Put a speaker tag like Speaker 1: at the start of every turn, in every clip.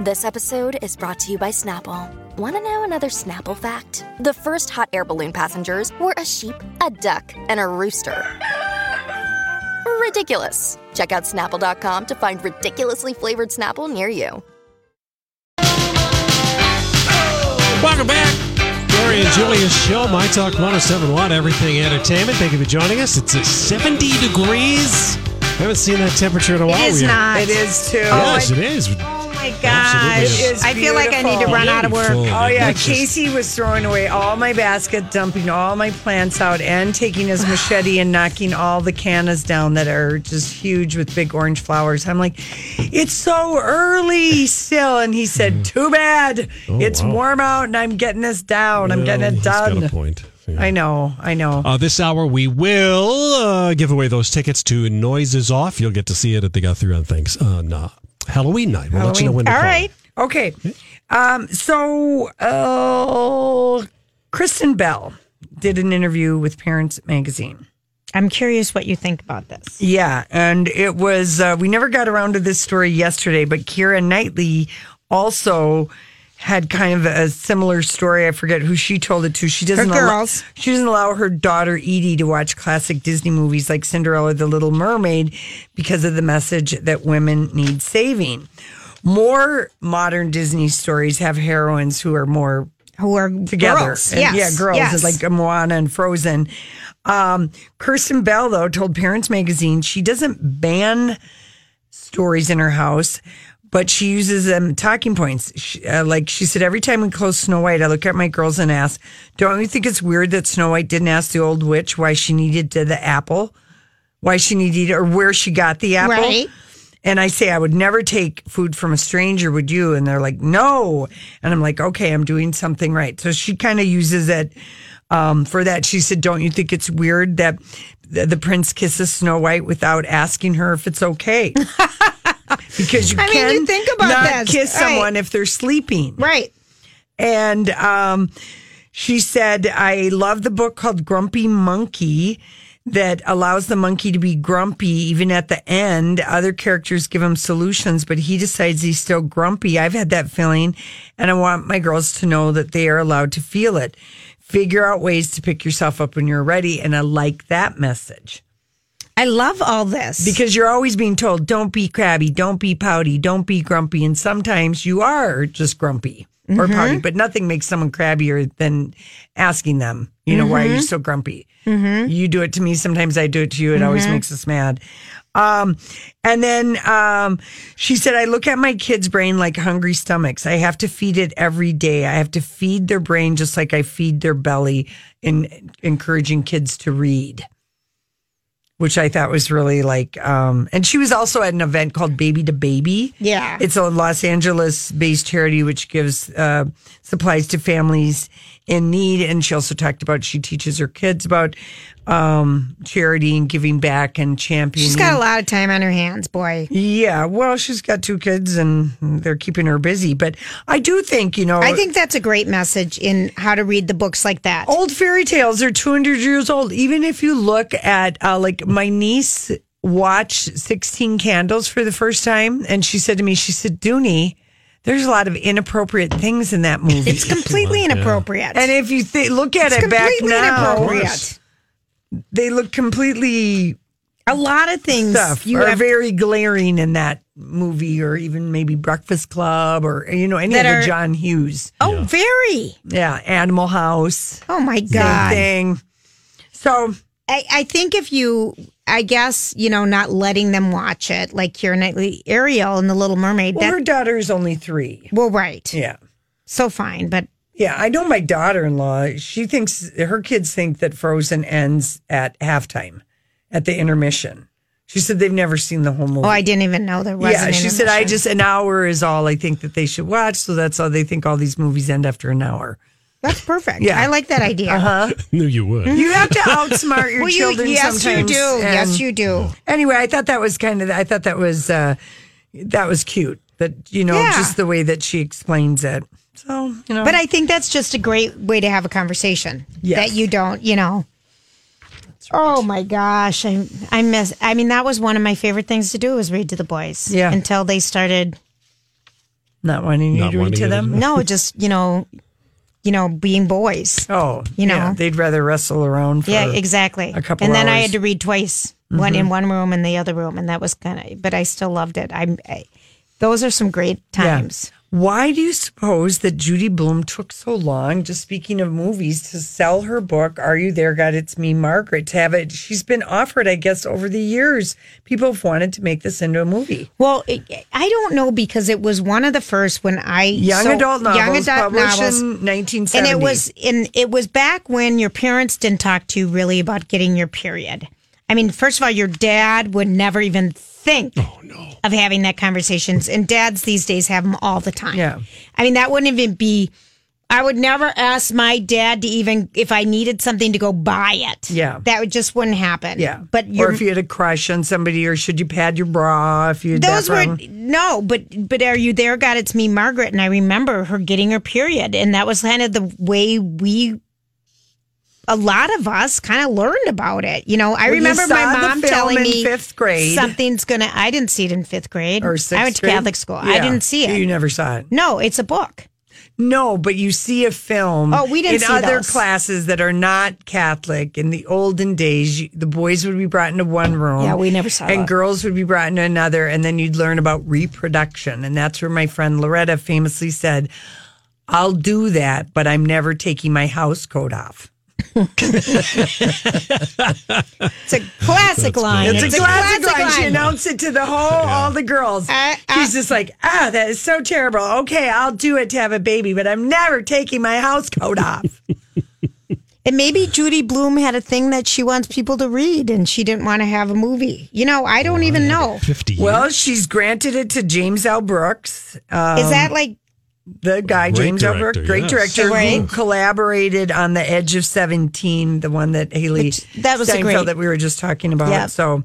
Speaker 1: This episode is brought to you by Snapple. Want to know another Snapple fact? The first hot air balloon passengers were a sheep, a duck, and a rooster. Ridiculous. Check out snapple.com to find ridiculously flavored Snapple near you.
Speaker 2: Welcome back. Gary and Julia's show, My Talk 1071, Everything Entertainment. Thank you for joining us. It's uh, 70 degrees. haven't seen that temperature in a while.
Speaker 3: It is
Speaker 2: We are-
Speaker 3: not.
Speaker 4: It is too.
Speaker 2: Oh, Yes, it is.
Speaker 3: Oh my
Speaker 2: Absolutely.
Speaker 3: gosh.
Speaker 2: It
Speaker 4: is
Speaker 3: I feel like I need to
Speaker 4: beautiful.
Speaker 3: run out of work.
Speaker 2: Beautiful.
Speaker 4: Oh yeah,
Speaker 2: It's just-
Speaker 4: Casey was throwing away all my basket, dumping all my plants out, and taking his machete and knocking all the cannas down that are just huge with big orange flowers. I'm like, it's so early still, and he said, "Too bad,
Speaker 2: Mm. Oh,
Speaker 4: it's
Speaker 2: wow.
Speaker 4: warm out, and I'm getting this down. I'm getting
Speaker 2: Well,
Speaker 4: it
Speaker 2: he's got a
Speaker 4: done."
Speaker 2: point. Yeah.
Speaker 4: I know, I know.
Speaker 2: Uh, this hour, we will uh, give away those tickets to Noises Off. You'll get to see it at the Guthrie on Thanks on uh, Halloween night. We'll let you know
Speaker 4: Halloween.
Speaker 2: when. To
Speaker 3: All
Speaker 2: call.
Speaker 3: right.
Speaker 4: Okay, um, so uh, Kristen Bell did an interview with Parents Magazine.
Speaker 3: I'm curious what you think about this.
Speaker 4: Yeah, and it was uh, we never got around to this story yesterday, but Kira Knightley also had kind of a similar story. I forget who she told it to. She doesn't
Speaker 3: girls.
Speaker 4: Allow, she doesn't allow her daughter Edie to watch classic Disney movies like Cinderella or The Little Mermaid because of the message that women need saving. More modern Disney stories have heroines who are more
Speaker 3: Who are
Speaker 4: together.
Speaker 3: Girls.
Speaker 4: And,
Speaker 3: Yes.
Speaker 4: Yeah, girls,
Speaker 3: Yes.
Speaker 4: like Moana and Frozen. Um, Kirsten Bell, though, told Parents Magazine she doesn't ban stories in her house, but she uses them talking points. She, uh, like she said, every time we close Snow White, I look at my girls and ask, Don't you think it's weird that Snow White didn't ask the old witch why she needed to the apple? Why she needed or where she got the apple?
Speaker 3: Right.
Speaker 4: And I say, I would never take food from a stranger, would you? And they're like, no. And I'm like, okay, I'm doing something right. So she kind of uses it um, for that. She said, don't you think it's weird that th- the prince kisses Snow White without asking her if it's okay? because you
Speaker 3: I mean,
Speaker 4: can
Speaker 3: you think about
Speaker 4: not
Speaker 3: this,
Speaker 4: kiss
Speaker 3: right.
Speaker 4: someone if they're sleeping.
Speaker 3: Right.
Speaker 4: And um, she said, I love the book called Grumpy Monkey that allows the monkey to be grumpy even at the end. Other characters give him solutions, but he decides he's still grumpy. I've had that feeling, and I want my girls to know that they are allowed to feel it. Figure out ways to pick yourself up when you're ready. And I like that message
Speaker 3: I love all this.
Speaker 4: because you're always being told, don't be crabby, don't be pouty, don't be grumpy. And sometimes you are just grumpy or pouty, but nothing makes someone crabbier than asking them, you know, why are you so grumpy? You do it to me. Sometimes I do it to you. It always makes us mad. Um, and then um, she said, I look at my kids' brain like hungry stomachs. I have to feed it every day. I have to feed their brain just like I feed their belly in encouraging kids to read which I thought was really like. Um, and she was also at an event called Baby to Baby.
Speaker 3: Yeah.
Speaker 4: It's a Los Angeles based charity which gives uh, supplies to families in need. And she also talked about she teaches her kids about um, charity and giving back and championing.
Speaker 3: She's got a lot of time on her hands, boy.
Speaker 4: yeah, well, she's got two kids and they're keeping her busy. But I do think, you know,
Speaker 3: I think that's a great message in how to read the books like that.
Speaker 4: old fairy tales are 200 years old even if you look at uh, like my niece watched 16 candles for the first time and she said to me she said dooney there's a lot of inappropriate things in that movie
Speaker 3: It's completely inappropriate.
Speaker 4: and if you th- look at
Speaker 3: it's
Speaker 4: it back
Speaker 3: completely
Speaker 4: now
Speaker 3: inappropriate.
Speaker 4: they look completely
Speaker 3: A lot of things
Speaker 4: stuff
Speaker 3: you
Speaker 4: are
Speaker 3: have
Speaker 4: very glaring in that movie or even maybe breakfast club or you know any
Speaker 3: That
Speaker 4: of
Speaker 3: are-
Speaker 4: the john hughes
Speaker 3: Oh, very.
Speaker 4: yeah animal house
Speaker 3: Oh my
Speaker 4: same
Speaker 3: god.
Speaker 4: thing so
Speaker 3: I, I think if you, I guess, you know, not letting them watch it, like Keira Knightley, Ariel, and The Little Mermaid,
Speaker 4: well,
Speaker 3: that,
Speaker 4: her daughter is only three
Speaker 3: well, right.
Speaker 4: yeah
Speaker 3: So fine, but
Speaker 4: Yeah, I know my daughter in law, she thinks her kids think that Frozen ends at halftime, at the intermission. She said they've never seen the whole movie.
Speaker 3: oh, I didn't even know there was.
Speaker 4: yeah,
Speaker 3: an
Speaker 4: she said, I
Speaker 3: intermission.
Speaker 4: just, an hour is all I think that they should watch. So that's all they think all these movies end after an hour.
Speaker 3: That's perfect.
Speaker 4: Yeah.
Speaker 3: I like that idea.
Speaker 2: Knew you would.
Speaker 4: You have to outsmart your
Speaker 3: Uh-huh. Well, you,
Speaker 4: children
Speaker 3: yes,
Speaker 4: sometimes.
Speaker 3: you do.
Speaker 4: and-
Speaker 3: yes, you do.
Speaker 4: Anyway, I thought that was kind of. I thought that was uh, that was cute. That you know,
Speaker 3: Yeah.
Speaker 4: just the way that she explains it. So you know,
Speaker 3: But I think that's just a great way to have a conversation
Speaker 4: Yes.
Speaker 3: that you don't, you know. Oh my gosh, I I miss. I mean, that was one of my favorite things to do was read to the boys.
Speaker 4: Yeah.
Speaker 3: Until they started,
Speaker 4: not wanting you
Speaker 2: Not
Speaker 4: to read
Speaker 2: wanting
Speaker 4: to
Speaker 2: you to
Speaker 4: them.
Speaker 3: no, just you know, you know, being boys.
Speaker 4: Oh,
Speaker 3: You
Speaker 4: yeah,
Speaker 3: know.
Speaker 4: they'd rather wrestle around. For,
Speaker 3: yeah, exactly.
Speaker 4: a couple
Speaker 3: and then I
Speaker 4: hours. Mm-hmm.
Speaker 3: had to read twice, one in one room and the other room, and that was kind of. But I still loved it. I'm. I, those are some great
Speaker 4: Yeah.
Speaker 3: times.
Speaker 4: Why do you suppose that Judy Bloom took so long, just speaking of movies, to sell her book, Are You There, God? It's Me, Margaret, to have it? She's been offered, I guess, over the years. People have wanted to make this into a movie.
Speaker 3: Well, it, I don't know because it was one of the first when I
Speaker 4: Young
Speaker 3: so-
Speaker 4: adult novels published in
Speaker 3: and
Speaker 4: 1970.
Speaker 3: it was in it was back when your parents didn't talk to you really about getting your period. I mean, first of all, your dad would never even think
Speaker 4: Oh,
Speaker 3: of having that conversations, and dads these days have them all the time.
Speaker 4: Yeah.
Speaker 3: I mean, that wouldn't even be. I would never ask my dad to even if I needed something to go buy it.
Speaker 4: Yeah.
Speaker 3: that would just wouldn't happen.
Speaker 4: Yeah.
Speaker 3: but
Speaker 4: or
Speaker 3: your
Speaker 4: if you had a crush on somebody, or should you pad your bra if you had
Speaker 3: those
Speaker 4: that
Speaker 3: were
Speaker 4: problem?
Speaker 3: no, but but are you there? God, it's me, Margaret, and I remember her getting her period, and that was kind of the way we, a lot of us, kind of learned about it. You know, I
Speaker 4: Well, you
Speaker 3: remember my
Speaker 4: saw the
Speaker 3: mom
Speaker 4: film
Speaker 3: telling
Speaker 4: in
Speaker 3: me
Speaker 4: fifth grade.
Speaker 3: something's gonna. I didn't see it in fifth grade
Speaker 4: or sixth
Speaker 3: I went to
Speaker 4: grade?
Speaker 3: Catholic school. I
Speaker 4: Yeah.
Speaker 3: didn't see it.
Speaker 4: You never saw it.
Speaker 3: no, it's a book.
Speaker 4: No, but you see a film.
Speaker 3: Oh, we didn't
Speaker 4: in
Speaker 3: see
Speaker 4: other
Speaker 3: those.
Speaker 4: classes that are not Catholic. In the olden days, you, the boys would be brought into one room.
Speaker 3: Yeah, we never saw
Speaker 4: Oh. And
Speaker 3: that.
Speaker 4: girls would be brought into another, and then you'd learn about reproduction. And that's where my friend Loretta famously said, "I'll do that, but I'm never taking my house coat off."
Speaker 3: It's a classic line.
Speaker 4: It's, a, classic, line. Uh, She announced it to the whole, all the girls.
Speaker 3: I- I-
Speaker 4: She's just like, ah, that is so terrible. Okay, I'll do it to have a baby, but I'm never taking my house coat off.
Speaker 3: And maybe Judy Bloom had a thing that she wants people to read, and she didn't want to have a movie. You know, I don't even know.
Speaker 2: 50
Speaker 4: Well, she's granted it to James L. Brooks, uh,
Speaker 3: Is that like
Speaker 4: the guy,
Speaker 2: Great
Speaker 4: James L. Brooks,
Speaker 2: director,
Speaker 4: great
Speaker 2: yes.
Speaker 4: director, who
Speaker 3: Right.
Speaker 4: collaborated on The Edge of 17, the one that Haley
Speaker 3: Which- that was a
Speaker 4: Steinfeld
Speaker 3: great-
Speaker 4: that we were just talking about.
Speaker 3: Yeah.
Speaker 4: So,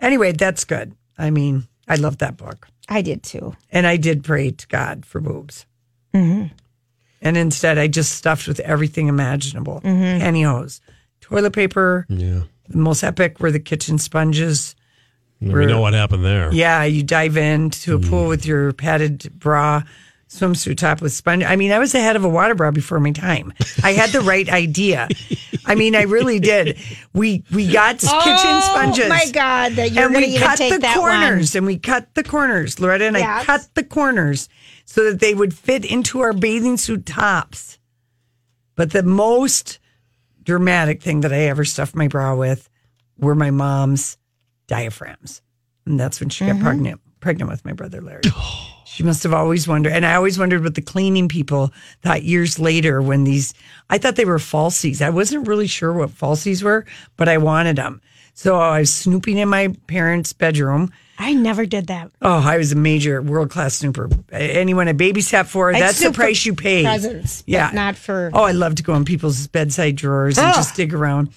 Speaker 4: anyway, that's good. I mean, I love that book.
Speaker 3: I did too.
Speaker 4: And I did pray to God for boobs.
Speaker 3: Mm-hmm.
Speaker 4: And instead, I just stuffed with everything imaginable
Speaker 3: Mm-hmm.
Speaker 4: pantyhose, toilet paper.
Speaker 2: Yeah.
Speaker 4: The most epic were the kitchen sponges.
Speaker 2: We know what happened there.
Speaker 4: Yeah, you dive into a pool with your padded bra, swimsuit top with sponge. I mean, I was ahead of a water bra before my time. I had the right idea. I mean, I really did. We we got kitchen sponges.
Speaker 3: Oh my god, that you're
Speaker 4: and
Speaker 3: going
Speaker 4: we
Speaker 3: to
Speaker 4: cut
Speaker 3: take
Speaker 4: the
Speaker 3: that
Speaker 4: corners and we cut the corners. Loretta and I
Speaker 3: Yes.
Speaker 4: cut the corners so that they would fit into our bathing suit tops. But the most dramatic thing that I ever stuffed my bra with were my mom's diaphragms. And that's when she
Speaker 3: Mm-hmm.
Speaker 4: got pregnant pregnant with my brother Larry. She must have always wondered, and I always wondered what the cleaning people thought years later when these. I thought they were falsies. I wasn't really sure what falsies were, but I wanted them. So I was snooping in my parents' bedroom.
Speaker 3: one. I never did that.
Speaker 4: Oh, I was a major world class snooper. Anyone I babysat for,
Speaker 3: I'd
Speaker 4: that's the
Speaker 3: snoop for
Speaker 4: price you pay.
Speaker 3: presents, but not for-
Speaker 4: Oh, I love to go in people's bedside drawers and
Speaker 3: Ugh.
Speaker 4: just dig around.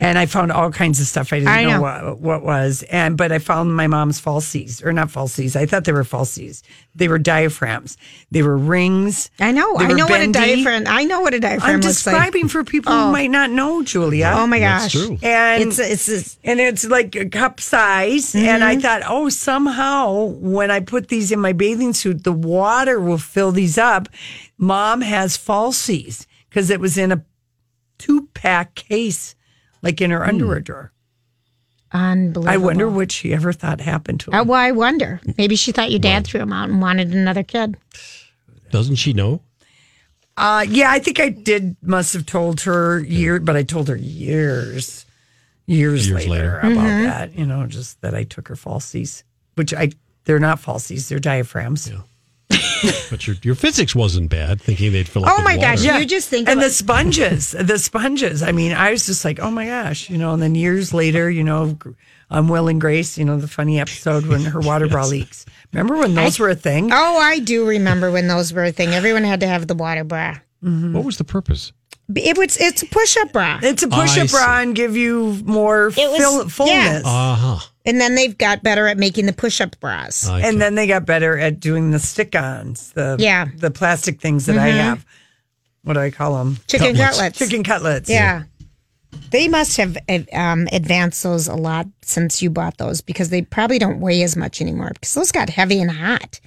Speaker 4: And I found all kinds of stuff I didn't
Speaker 3: I
Speaker 4: know,
Speaker 3: know.
Speaker 4: What, what was. And but I found my mom's falsies, or not falsies. I thought they were falsies. They were diaphragms. They were rings.
Speaker 3: I know.
Speaker 4: They
Speaker 3: I
Speaker 4: were
Speaker 3: know
Speaker 4: bendy.
Speaker 3: what a diaphragm. I know what a diaphragm
Speaker 4: I'm
Speaker 3: looks like.
Speaker 4: describing for people who might not know, Julia.
Speaker 3: Oh my
Speaker 2: That's
Speaker 3: gosh.
Speaker 2: true.
Speaker 4: And
Speaker 3: It's it's it's Mm-hmm.
Speaker 4: and it's like a cup size. And I thought, oh, somehow when I put these in my bathing suit, the water will fill these up. Mom has falsies because it was in a two pack case, like in
Speaker 3: Hmm.
Speaker 4: her underwear drawer.
Speaker 3: unbelievable.
Speaker 4: I wonder what she ever thought happened to
Speaker 3: Uh,
Speaker 4: her.
Speaker 3: well, I wonder. Maybe she thought your dad threw him out and wanted another kid.
Speaker 2: Doesn't she know?
Speaker 4: Uh, yeah, I think I did, must have told her year, but I told her years, years,
Speaker 2: Years
Speaker 4: later,
Speaker 2: later.
Speaker 4: about
Speaker 3: Mm-hmm.
Speaker 4: that, you know, just that I took her falsies, which I, they're not falsies, they're diaphragms.
Speaker 2: But your, your physics wasn't bad, thinking they'd fill up
Speaker 3: Oh
Speaker 2: with
Speaker 3: my
Speaker 2: water.
Speaker 3: gosh, you just think
Speaker 4: and
Speaker 3: about-
Speaker 4: the sponges, the sponges. I mean, I was just like, oh my gosh, you know. And then years later, you know, on Will and Grace, you know, the funny episode when her water bra leaks. Remember when those were a thing?
Speaker 3: Oh, I do remember when those were a thing. Everyone had to have the water bra.
Speaker 2: What was the purpose?
Speaker 3: It was it's a push up bra,
Speaker 4: It's a
Speaker 2: I
Speaker 4: push up
Speaker 2: see.
Speaker 4: bra and give you more
Speaker 3: was-
Speaker 4: fill, fullness.
Speaker 2: Uh huh.
Speaker 3: and then they've got better at making the push up bras.
Speaker 4: And then they got better at doing the stick ons, the
Speaker 3: Yeah. Mm-hmm.
Speaker 4: the plastic things that I have. What do I call them?
Speaker 3: Chicken
Speaker 2: Cutlets.
Speaker 3: cutlets.
Speaker 4: Chicken cutlets.
Speaker 3: Yeah. They must have uh, um, advanced those a lot since you bought those because they probably don't weigh as much anymore because those got heavy and hot.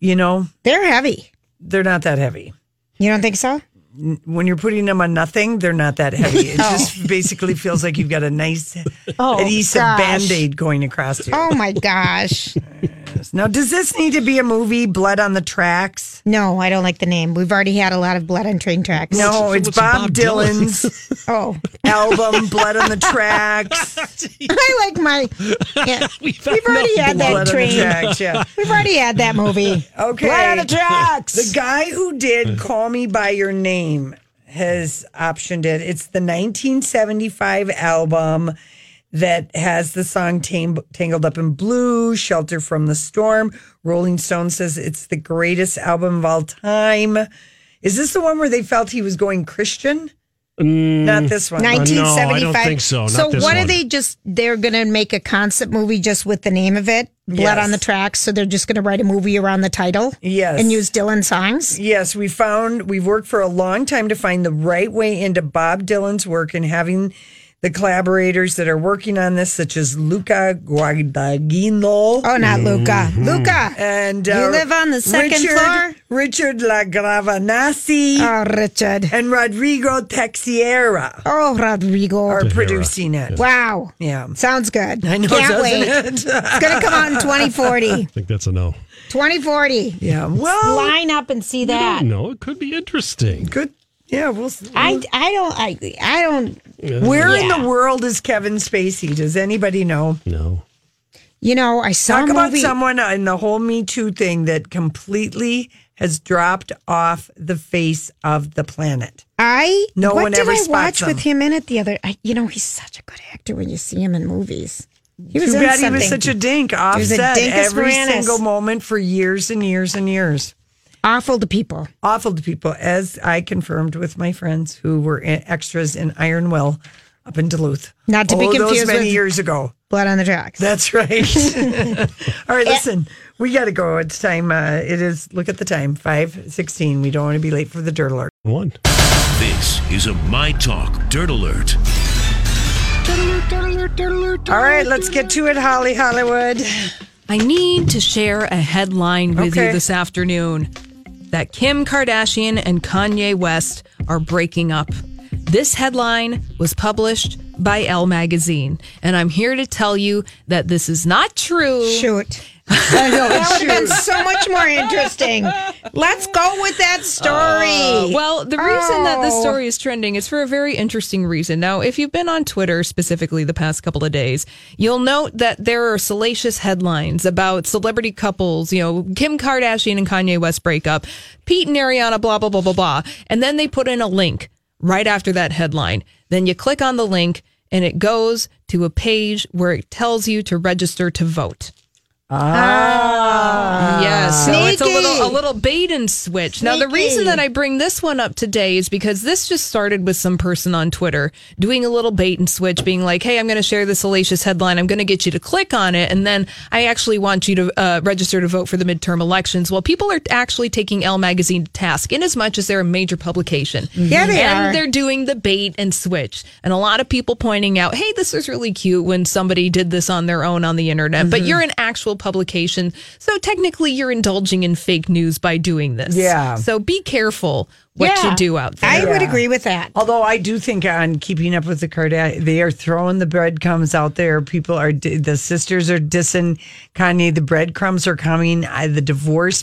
Speaker 4: You know,
Speaker 3: They're heavy.
Speaker 4: they're not that heavy.
Speaker 3: You don't think so?
Speaker 4: When you're putting them on nothing, they're not that heavy. It just basically feels like you've got a nice adhesive
Speaker 3: Oh, gosh.
Speaker 4: band aid going across you.
Speaker 3: Oh my gosh.
Speaker 4: Now, does this need to be a movie, Blood on the Tracks?
Speaker 3: No, I don't like the name. We've already had a lot of blood on train tracks.
Speaker 4: No, it's
Speaker 2: what's a
Speaker 4: Bob,
Speaker 2: Bob
Speaker 4: Dylan's
Speaker 3: Oh,
Speaker 4: album, Blood on the Tracks.
Speaker 3: I like my. yeah. We've already had that
Speaker 4: Blood on the
Speaker 3: train.
Speaker 4: Tracks, yeah.
Speaker 3: We've already had that movie.
Speaker 4: Okay.
Speaker 3: Blood on the tracks.
Speaker 4: The guy who did Call Me By Your Name has optioned it. It's the 1975 album that has the song Tam- Tangled Up in Blue, Shelter from the Storm. Rolling Stone says it's the greatest album of all time. Is this the one where they felt he was going Christian? Not this one.
Speaker 2: I don't
Speaker 3: 1975.
Speaker 2: think so. Not
Speaker 3: so
Speaker 2: this
Speaker 3: what
Speaker 2: one.
Speaker 3: are they just? They're going to make a concept movie just with the name of it, Blood
Speaker 4: Yes.
Speaker 3: on the Tracks. So they're just going to write a movie around the title.
Speaker 4: Yes.
Speaker 3: And use Dylan songs.
Speaker 4: Yes, we found we've worked for a long time to find the right way into Bob Dylan's work and having the collaborators that are working on this, such as Luca Guadagnino
Speaker 3: Oh, not Luca.
Speaker 4: Mm-hmm.
Speaker 3: Luca.
Speaker 4: and uh,
Speaker 3: You live on the second
Speaker 4: Richard,
Speaker 3: floor?
Speaker 4: Richard Lagravanasi
Speaker 3: oh, Richard.
Speaker 4: and Rodrigo Texiera
Speaker 3: Oh, Rodrigo.
Speaker 4: are producing it.
Speaker 3: Wow.
Speaker 4: Yeah,
Speaker 3: Sounds good.
Speaker 4: I know,
Speaker 3: Can't
Speaker 4: doesn't
Speaker 3: wait.
Speaker 4: it?
Speaker 3: It's going to come out in 2040.
Speaker 2: I think that's a no.
Speaker 3: 2040.
Speaker 4: yeah, well,
Speaker 3: Line up and see that.
Speaker 2: No, it could be interesting.
Speaker 4: good. Yeah, we'll. s-
Speaker 3: I, I don't I I don't
Speaker 4: Where in
Speaker 3: Yeah.
Speaker 4: the world is Kevin Spacey? Does anybody know?
Speaker 2: No.
Speaker 3: you know I saw
Speaker 4: Talk
Speaker 3: a
Speaker 4: about
Speaker 3: movie.
Speaker 4: someone in the whole Me Too thing that completely has dropped off the face of the planet.
Speaker 3: I
Speaker 4: No
Speaker 3: what
Speaker 4: one
Speaker 3: did
Speaker 4: ever
Speaker 3: I
Speaker 4: spots
Speaker 3: watch
Speaker 4: him.
Speaker 3: with him in it the other. I, you know he's such a good actor when you see him in movies. He was
Speaker 4: Too
Speaker 3: in
Speaker 4: bad he
Speaker 3: something.
Speaker 4: was such a dink. Offset
Speaker 3: dinkus
Speaker 4: every
Speaker 3: Moranis.
Speaker 4: single moment for years and years and years.
Speaker 3: awful to people.
Speaker 4: Awful to people, as I confirmed with my friends who were in- extras in Iron Will up in Duluth.
Speaker 3: Not to be
Speaker 4: Oh,
Speaker 3: confused
Speaker 4: those many
Speaker 3: with-
Speaker 4: years ago.
Speaker 3: Blood on the tracks.
Speaker 4: That's right. All right, listen, we got to go. It's time. Uh, it is. Look at the time. Five sixteen. We don't want to be late for the dirt alert.
Speaker 2: One.
Speaker 5: This is a My Talk Dirt Alert.
Speaker 4: All right, let's get to it, Holly Hollywood.
Speaker 6: I need to share a headline with
Speaker 4: Okay.
Speaker 6: you this afternoon that Kim Kardashian and Kanye West are breaking up. This headline was published by Elle magazine, and I'm here to tell you that this is not true.
Speaker 3: Shoot. that would have been so much more interesting. Let's go with that story.
Speaker 6: Uh, Well, the reason that this
Speaker 3: Oh.
Speaker 6: story is trending is for a very interesting reason. Now, if you've been on Twitter specifically the past couple of days, you'll note that there are salacious headlines about celebrity couples, you know, Kim Kardashian and Kanye West breakup, Pete and Ariana, blah, blah, blah, blah, blah. And then they put in a link right after that headline. Then you click on the link and it goes to a page where it tells you to register to vote. Yes, so it's a little a little bait and switch. Now the reason that I bring this one up today is because this just started with some person on Twitter doing a little bait and switch, being like, "Hey, I'm going to share this salacious headline. I'm going to get you to click on it, and then I actually want you to uh, register to vote for the midterm elections." Well, people are actually taking L magazine to task, in as much as they're a major publication.
Speaker 3: Yeah, they
Speaker 6: and
Speaker 3: are.
Speaker 6: they're doing the bait and switch, and a lot of people pointing out, "Hey, this is really cute." When somebody did this on their own on the internet, but
Speaker 4: Mm-hmm.
Speaker 6: you're an actual publication, so technically you're indulging in fake news by doing this.
Speaker 4: Yeah.
Speaker 6: So be careful what
Speaker 3: Yeah.
Speaker 6: you do out there.
Speaker 3: I would agree with that.
Speaker 4: Although I do think on keeping up with the Kardashians, they are throwing the breadcrumbs out there. People are the sisters are dissing Kanye. The breadcrumbs are coming. I, the divorce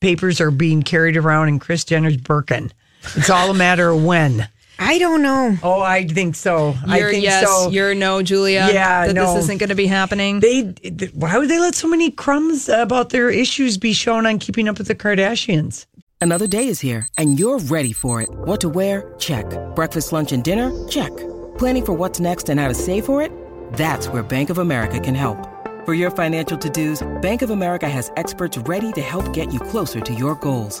Speaker 4: papers are being carried around in Chris Jenner's Birkin. It's all a matter of when.
Speaker 3: I don't know.
Speaker 4: Oh, I think so. I
Speaker 6: You're
Speaker 4: think
Speaker 6: yes,
Speaker 4: so.
Speaker 6: you're no, Julia.
Speaker 4: Yeah,
Speaker 6: that
Speaker 4: no.
Speaker 6: this isn't going to be happening.
Speaker 4: they th- why would they let so many crumbs about their issues be shown on Keeping Up with the Kardashians?
Speaker 7: Another day is here, and you're ready for it. What to wear? Check. Breakfast, lunch, and dinner? Check. Planning for what's next and how to save for it? That's where Bank of America can help. For your financial to dos, Bank of America has experts ready to help get you closer to your goals.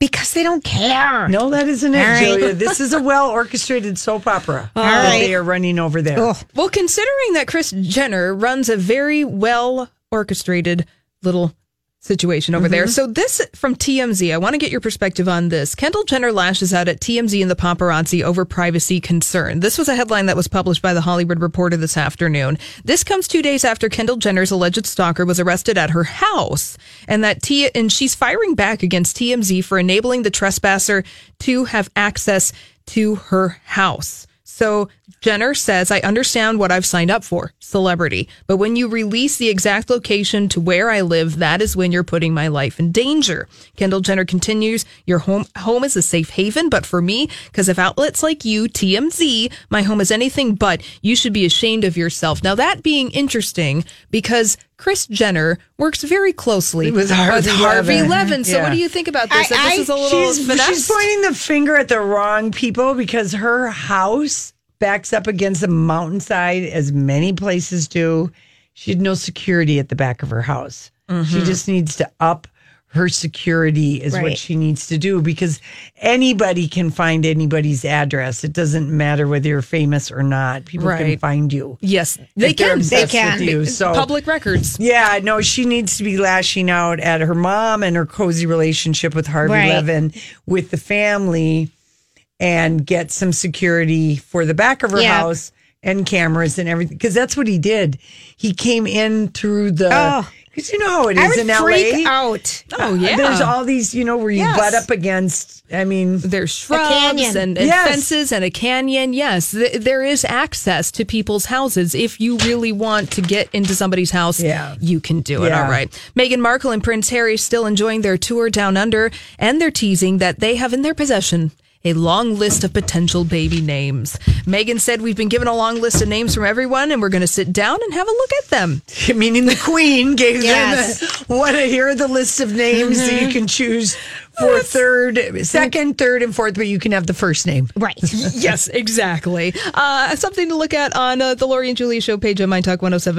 Speaker 3: Because they don't care.
Speaker 4: No, that isn't it,
Speaker 3: All right.
Speaker 4: Julia. This is a well orchestrated soap opera
Speaker 3: All
Speaker 4: that
Speaker 3: right.
Speaker 4: they are running over there.
Speaker 3: Ugh.
Speaker 6: Well, considering that Chris Jenner runs a very well orchestrated little situation over
Speaker 3: Mm-hmm.
Speaker 6: there. So this from TMZ, I want to get your perspective on this. Kendall Jenner lashes out at TMZ and the paparazzi over privacy concern. This was a headline that was published by the Hollywood Reporter this afternoon. This comes 2 days after Kendall Jenner's alleged stalker was arrested at her house and that T and she's firing back against TMZ for enabling the trespasser to have access to her house. So Jenner says, I understand what I've signed up for, celebrity. But when you release the exact location to where I live, that is when you're putting my life in danger. Kendall Jenner continues, Your home home is a safe haven, but for me, because of outlets like you, TMZ, my home is anything but you should be ashamed of yourself. Now that being interesting because Chris Jenner works very closely
Speaker 4: With Harvey Levin.
Speaker 6: Levin. So
Speaker 4: Yeah.
Speaker 6: what do you think about this?
Speaker 3: I-
Speaker 6: That this
Speaker 3: I-
Speaker 6: is a little
Speaker 4: She's,
Speaker 6: finesse?
Speaker 4: she's pointing the finger at the wrong people because her house backs up against a mountainside, as many places do. She had no security at the back of her house.
Speaker 6: Mm-hmm.
Speaker 4: She just needs to up her security, is
Speaker 3: Right.
Speaker 4: what she needs to do because anybody can find anybody's address. It doesn't matter whether you're famous or not, people can
Speaker 6: Right.
Speaker 4: find you.
Speaker 6: Yes, they
Speaker 4: if they're
Speaker 6: can.
Speaker 4: obsessed
Speaker 3: They
Speaker 4: With
Speaker 3: can.
Speaker 4: you, so
Speaker 6: Public records.
Speaker 4: yeah, no, she needs to be lashing out at her mom and her cozy relationship with Harvey
Speaker 3: Right.
Speaker 4: Levin with the family and get some security for the back of her
Speaker 3: Yeah.
Speaker 4: house and cameras and everything. Because that's what he did. He came in through the.
Speaker 3: Oh.
Speaker 4: Because you know how it
Speaker 3: I
Speaker 4: is
Speaker 3: would
Speaker 4: in
Speaker 3: freak
Speaker 4: LA.
Speaker 3: out.
Speaker 6: Oh yeah,
Speaker 4: There's all these, you know, where you
Speaker 6: Yes.
Speaker 4: butt up against. I mean,
Speaker 6: there's shrubs
Speaker 3: canyon.
Speaker 6: and, and
Speaker 4: Mm-hmm. Yes.
Speaker 6: fences and a canyon. Yes, th- there is access to people's houses. If you really want to get into somebody's house,
Speaker 4: Yeah.
Speaker 6: you can do it.
Speaker 4: Yeah.
Speaker 6: All right. Meghan Markle and Prince Harry still enjoying their tour down under, and they're teasing that they have in their possession. A long list of potential baby names. Megan said, We've been given a long list of names from everyone, and we're going to sit down and have a look at them.
Speaker 4: meaning the Queen gave
Speaker 3: Yes. Mm-hmm.
Speaker 4: them a, what a, here are the list of names that you can choose for third, second, third, and fourth, but you can have the first name.
Speaker 3: Right.
Speaker 6: yes, exactly. Uh, something to look at on uh, the Lori and Julie show page on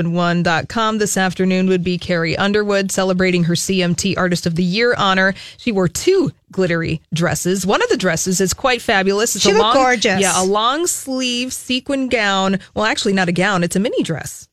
Speaker 6: mytalk1071.com this afternoon would be Carrie Underwood celebrating her CMT Artist of the Year honor. She wore two glittery dresses. One of the dresses is quite fabulous. It's
Speaker 3: She
Speaker 6: a
Speaker 3: looked
Speaker 6: long,
Speaker 3: gorgeous.
Speaker 6: Yeah, a long sleeve sequin gown. Well, actually, not a gown, it's a mini dress.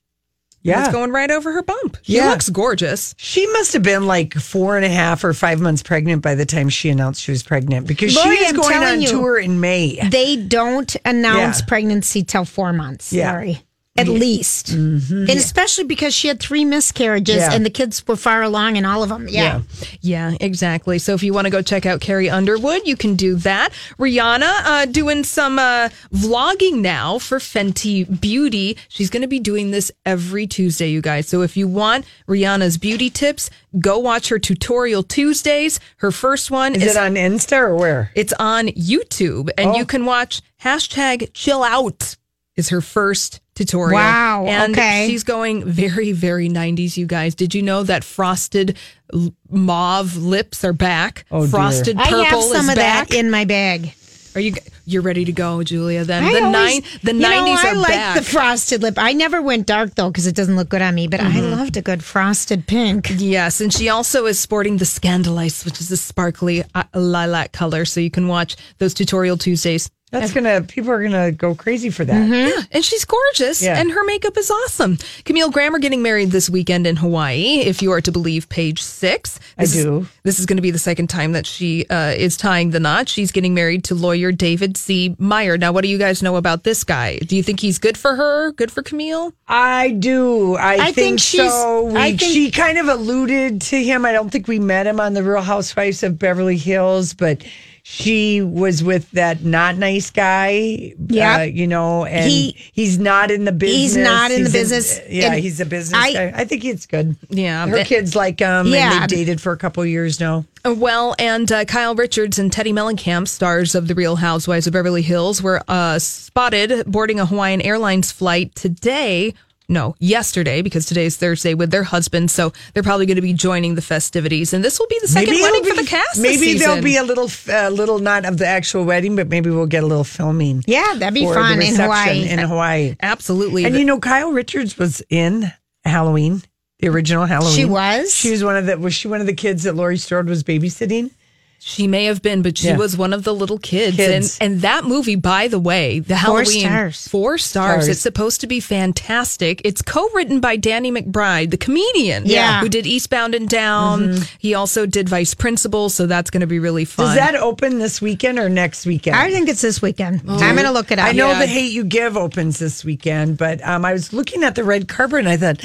Speaker 6: It's going right over her bump. She
Speaker 4: Yeah.
Speaker 6: looks gorgeous.
Speaker 4: She must have been like four and a half or five months pregnant by the time she announced she was pregnant because
Speaker 3: Lori,
Speaker 4: she is
Speaker 3: I'm
Speaker 4: going
Speaker 3: telling
Speaker 4: on
Speaker 3: you.
Speaker 4: tour in May.
Speaker 3: They don't announce
Speaker 4: Yeah.
Speaker 3: pregnancy till four months.
Speaker 4: Yeah. Mm-hmm.
Speaker 3: Sorry. At least. And especially because she had three miscarriages
Speaker 4: Yeah.
Speaker 3: and the kids were far along in all of them. Yeah.
Speaker 6: Yeah, exactly. So if you want to go check out Carrie Underwood, you can do that. Rihanna uh, doing some uh, vlogging now for Fenty Beauty. She's going to be doing this every Tuesday, you guys. So if you want Rihanna's beauty tips, go watch her tutorial Tuesdays. Her first one
Speaker 4: Is
Speaker 6: is
Speaker 4: it on Insta or where?
Speaker 6: it's on YouTube, and
Speaker 3: Oh.
Speaker 6: you can watch hashtag chill out is her first tutorial.
Speaker 3: Wow,
Speaker 6: And
Speaker 3: okay.
Speaker 6: she's going very, very 90s, you guys. Did you know that frosted l- mauve lips are back?
Speaker 3: Oh,
Speaker 4: dear.
Speaker 6: frosted
Speaker 3: I
Speaker 6: purple
Speaker 3: have some
Speaker 6: is
Speaker 3: of
Speaker 6: back.
Speaker 3: that in my bag.
Speaker 6: are you you're ready to go, Julia? Then
Speaker 3: I
Speaker 6: the
Speaker 3: always-
Speaker 6: nine the
Speaker 3: you know,
Speaker 6: 90s
Speaker 3: I
Speaker 6: are
Speaker 3: like
Speaker 6: back.
Speaker 3: the frosted lip. I never went dark though because it doesn't look good on me. But
Speaker 4: Mm-hmm.
Speaker 3: I loved a good frosted pink.
Speaker 6: Yes, and she also is sporting the Scandalize, which is a sparkly uh, lilac color. So you can watch those tutorial Tuesdays.
Speaker 4: That's gonna people are gonna go crazy for
Speaker 3: Mm-hmm.
Speaker 4: that.
Speaker 6: And she's gorgeous,
Speaker 4: Yeah.
Speaker 6: and her makeup is awesome. Camille Graham are getting married this weekend in Hawaii, if you are to believe page six.
Speaker 4: I
Speaker 6: This is-
Speaker 4: do.
Speaker 6: this is going to be the second time that she uh, is tying the knot. She's getting married to lawyer David C. Meyer. Now, what do you guys know about this guy? Do you think he's good for her? Good for Camille?
Speaker 4: I do. I,
Speaker 3: I
Speaker 4: think,
Speaker 3: think she's-
Speaker 4: so. We,
Speaker 3: I think-
Speaker 4: she kind of alluded to him. I don't think we met him on the Real Housewives of Beverly Hills, but she was with that not nice guy. uh,
Speaker 3: Yep.
Speaker 4: you know, and
Speaker 3: He-
Speaker 4: he's not in the business.
Speaker 3: He's not in the
Speaker 4: He's
Speaker 3: business.
Speaker 4: yeah,
Speaker 3: And
Speaker 4: he's a business
Speaker 3: I-
Speaker 4: guy. I think it's good.
Speaker 6: Yeah,
Speaker 4: her
Speaker 6: but-
Speaker 4: kids like him.
Speaker 3: Yeah.
Speaker 4: and they dated for a couple years now.
Speaker 6: Uh, Well, and uh, Kyle Richards and Teddy Mellencamp, stars of The Real Housewives of Beverly Hills, were uh, spotted boarding a Hawaiian Airlines flight today. No, yesterday, because today's Thursday with their husband. So they're probably going to be joining the festivities. And this will be the second
Speaker 4: Maybe
Speaker 6: wedding
Speaker 4: it'll
Speaker 6: for
Speaker 4: be-
Speaker 6: the cast.
Speaker 4: Maybe
Speaker 6: this season.
Speaker 4: there'll be a little, a little not of the actual wedding, but maybe we'll get a little filming.
Speaker 3: Yeah, that'd be
Speaker 4: for the
Speaker 3: fun in
Speaker 4: reception
Speaker 3: Hawaii.
Speaker 4: In Hawaii,
Speaker 6: Absolutely.
Speaker 4: and you know, Kyle Richards was in Halloween, the original Halloween.
Speaker 3: She was?
Speaker 4: She was one of the. Was she one of the kids that Laurie Strode was babysitting?
Speaker 6: she may have been, but she
Speaker 4: Yeah.
Speaker 6: was one of the little kids.
Speaker 4: Kids.
Speaker 6: And and that movie, by the way, the
Speaker 3: Four
Speaker 6: Halloween
Speaker 3: stars.
Speaker 6: four stars.
Speaker 4: Stars.
Speaker 6: It's supposed to be fantastic. It's co-written by Danny McBride, the comedian,
Speaker 3: Yeah. Mm-hmm.
Speaker 6: who did Eastbound and Down. He also did Vice Principal, so that's going to be really fun.
Speaker 4: Does that open this weekend or next weekend?
Speaker 3: I think it's this weekend. I'm going to look it up.
Speaker 4: Oh. I know
Speaker 6: Yeah.
Speaker 4: the Hate You Give opens this weekend, but um, I was looking at the red carpet and I thought,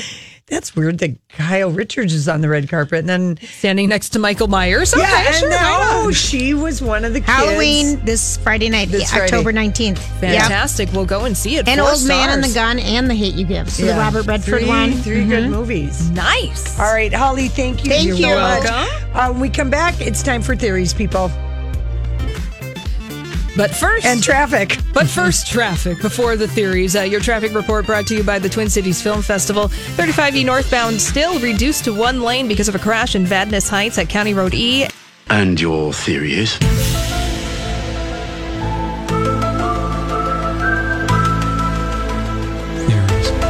Speaker 4: that's weird that Kyle Richards is on the red carpet. And then
Speaker 6: Standing next to Michael Myers. Okay,
Speaker 4: yeah, and
Speaker 6: sure, why
Speaker 4: now
Speaker 6: not?
Speaker 4: she was one of the kids.
Speaker 3: Halloween this Friday night,
Speaker 4: This
Speaker 3: yeah, October 19th. Yep.
Speaker 6: Fantastic. We'll go and see it.
Speaker 3: And
Speaker 6: Four
Speaker 3: Old Man and the
Speaker 6: stars.
Speaker 3: Gun and The Hate You Give. So the
Speaker 4: Yeah.
Speaker 3: Robert Redford
Speaker 4: Three-
Speaker 3: one. Mm-hmm.
Speaker 4: 3 good movies.
Speaker 6: Nice.
Speaker 4: All right, Holly, thank you.
Speaker 3: Thank you.
Speaker 4: so much.
Speaker 6: Welcome.
Speaker 4: Uh, when we come back, it's time for theories, people,
Speaker 6: But first
Speaker 4: and traffic.
Speaker 6: But first, traffic before the theories. Uh, your traffic report brought to you by the Twin Cities Film Festival. 35E northbound still reduced to one lane because of a crash in Vadnais Heights at County Road E.
Speaker 5: And your theory is?
Speaker 2: There it is.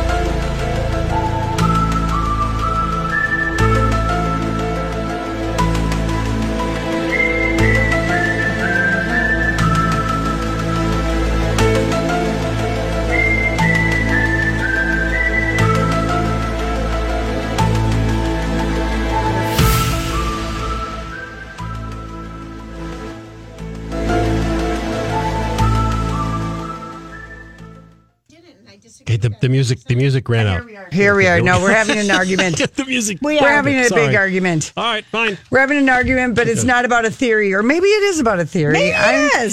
Speaker 2: Okay, the, the music the music ran out.
Speaker 4: Here we are. No, we're having an argument.
Speaker 2: the music.
Speaker 4: We are having a big argument.
Speaker 2: All right, fine.
Speaker 4: We're having an argument, but it's not about a theory, or maybe it is about a theory. Maybe I'm,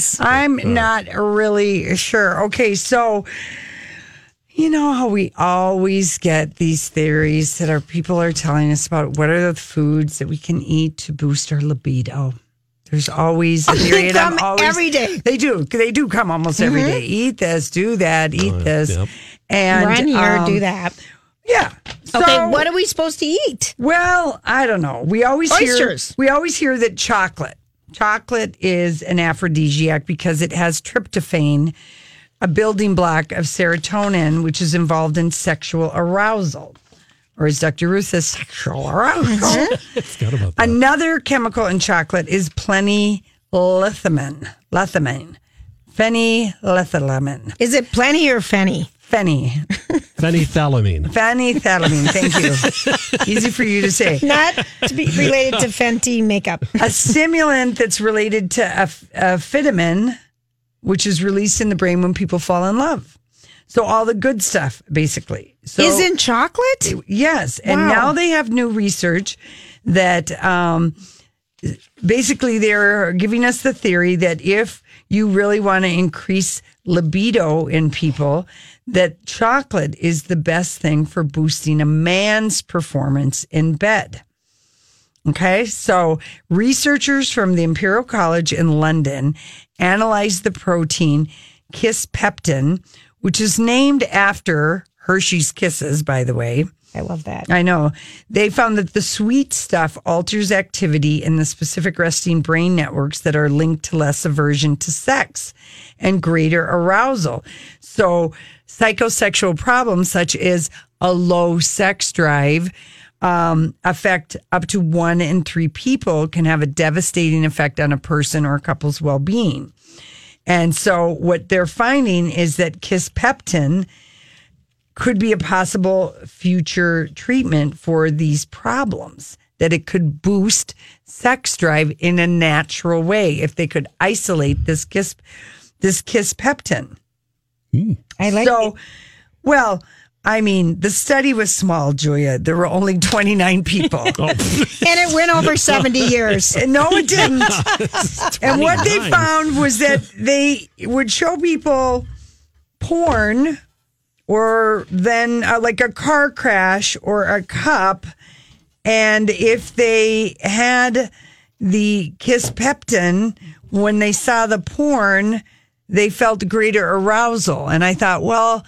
Speaker 4: I'm not really sure. Okay, so you know how we always get these theories that our people are telling us about what are the foods that we can eat to boost our libido. There's always a theory. and I'm
Speaker 3: come
Speaker 4: always-
Speaker 3: every day. Mm-hmm.
Speaker 4: They do. They do come almost every day. Eat this, do that, eat this,
Speaker 2: yep.
Speaker 4: and
Speaker 3: Run here,
Speaker 4: um,
Speaker 3: do that.
Speaker 4: Yeah.
Speaker 3: okay,
Speaker 4: So-
Speaker 3: what are we supposed to eat?
Speaker 4: well, I don't know. We always
Speaker 3: Oysters.
Speaker 4: hear we always hear that chocolate. Chocolate is an aphrodisiac because it has tryptophan, a building block of serotonin, which is involved in sexual arousal. Or as Dr. Ruth says, sexual arousal.
Speaker 2: Forgot about that.
Speaker 4: Another chemical in chocolate is plenylithamin. Lethamin. Phenylethylamine.
Speaker 3: Is it plenty or fenny?
Speaker 4: Phenny.
Speaker 2: Phenethylamine.
Speaker 4: Phenethylamine. Thank you. Easy for you to say.
Speaker 3: Not to be related to Fenty makeup.
Speaker 4: a stimulant that's related to amph- amphetamine, which is released in the brain when people fall in love. So all the good stuff, basically. So
Speaker 3: is in chocolate?
Speaker 4: yes, and
Speaker 3: Wow.
Speaker 4: now they have new research that um, basically they're giving us the theory that if you really want to increase libido in people, that chocolate is the best thing for boosting a man's performance in bed. Okay, so researchers from the Imperial College in London analyzed the protein kiss peptin, which is named after Hershey's Kisses, by the way.
Speaker 3: I love that.
Speaker 4: I know. They found that the sweet stuff alters activity in the specific resting brain networks that are linked to less aversion to sex and greater arousal. So, psychosexual problems such as a low sex drive um, affect up to one in three people, can have a devastating effect on a person or a couple's well being. And so what they're finding is that kispeptin could be a possible future treatment for these problems that it could boost sex drive in a natural way if they could isolate this kis this kispeptin.
Speaker 3: I like
Speaker 4: so well, I mean, the study was small, Julia. There were only 29 people.
Speaker 3: And it went over 70 years.
Speaker 4: And No, it didn't. and what they
Speaker 2: 29.
Speaker 4: found was that they would show people porn or then uh, like a car crash or a cup. And if they had the kispeptin when they saw the porn, they felt greater arousal. And I thought, well,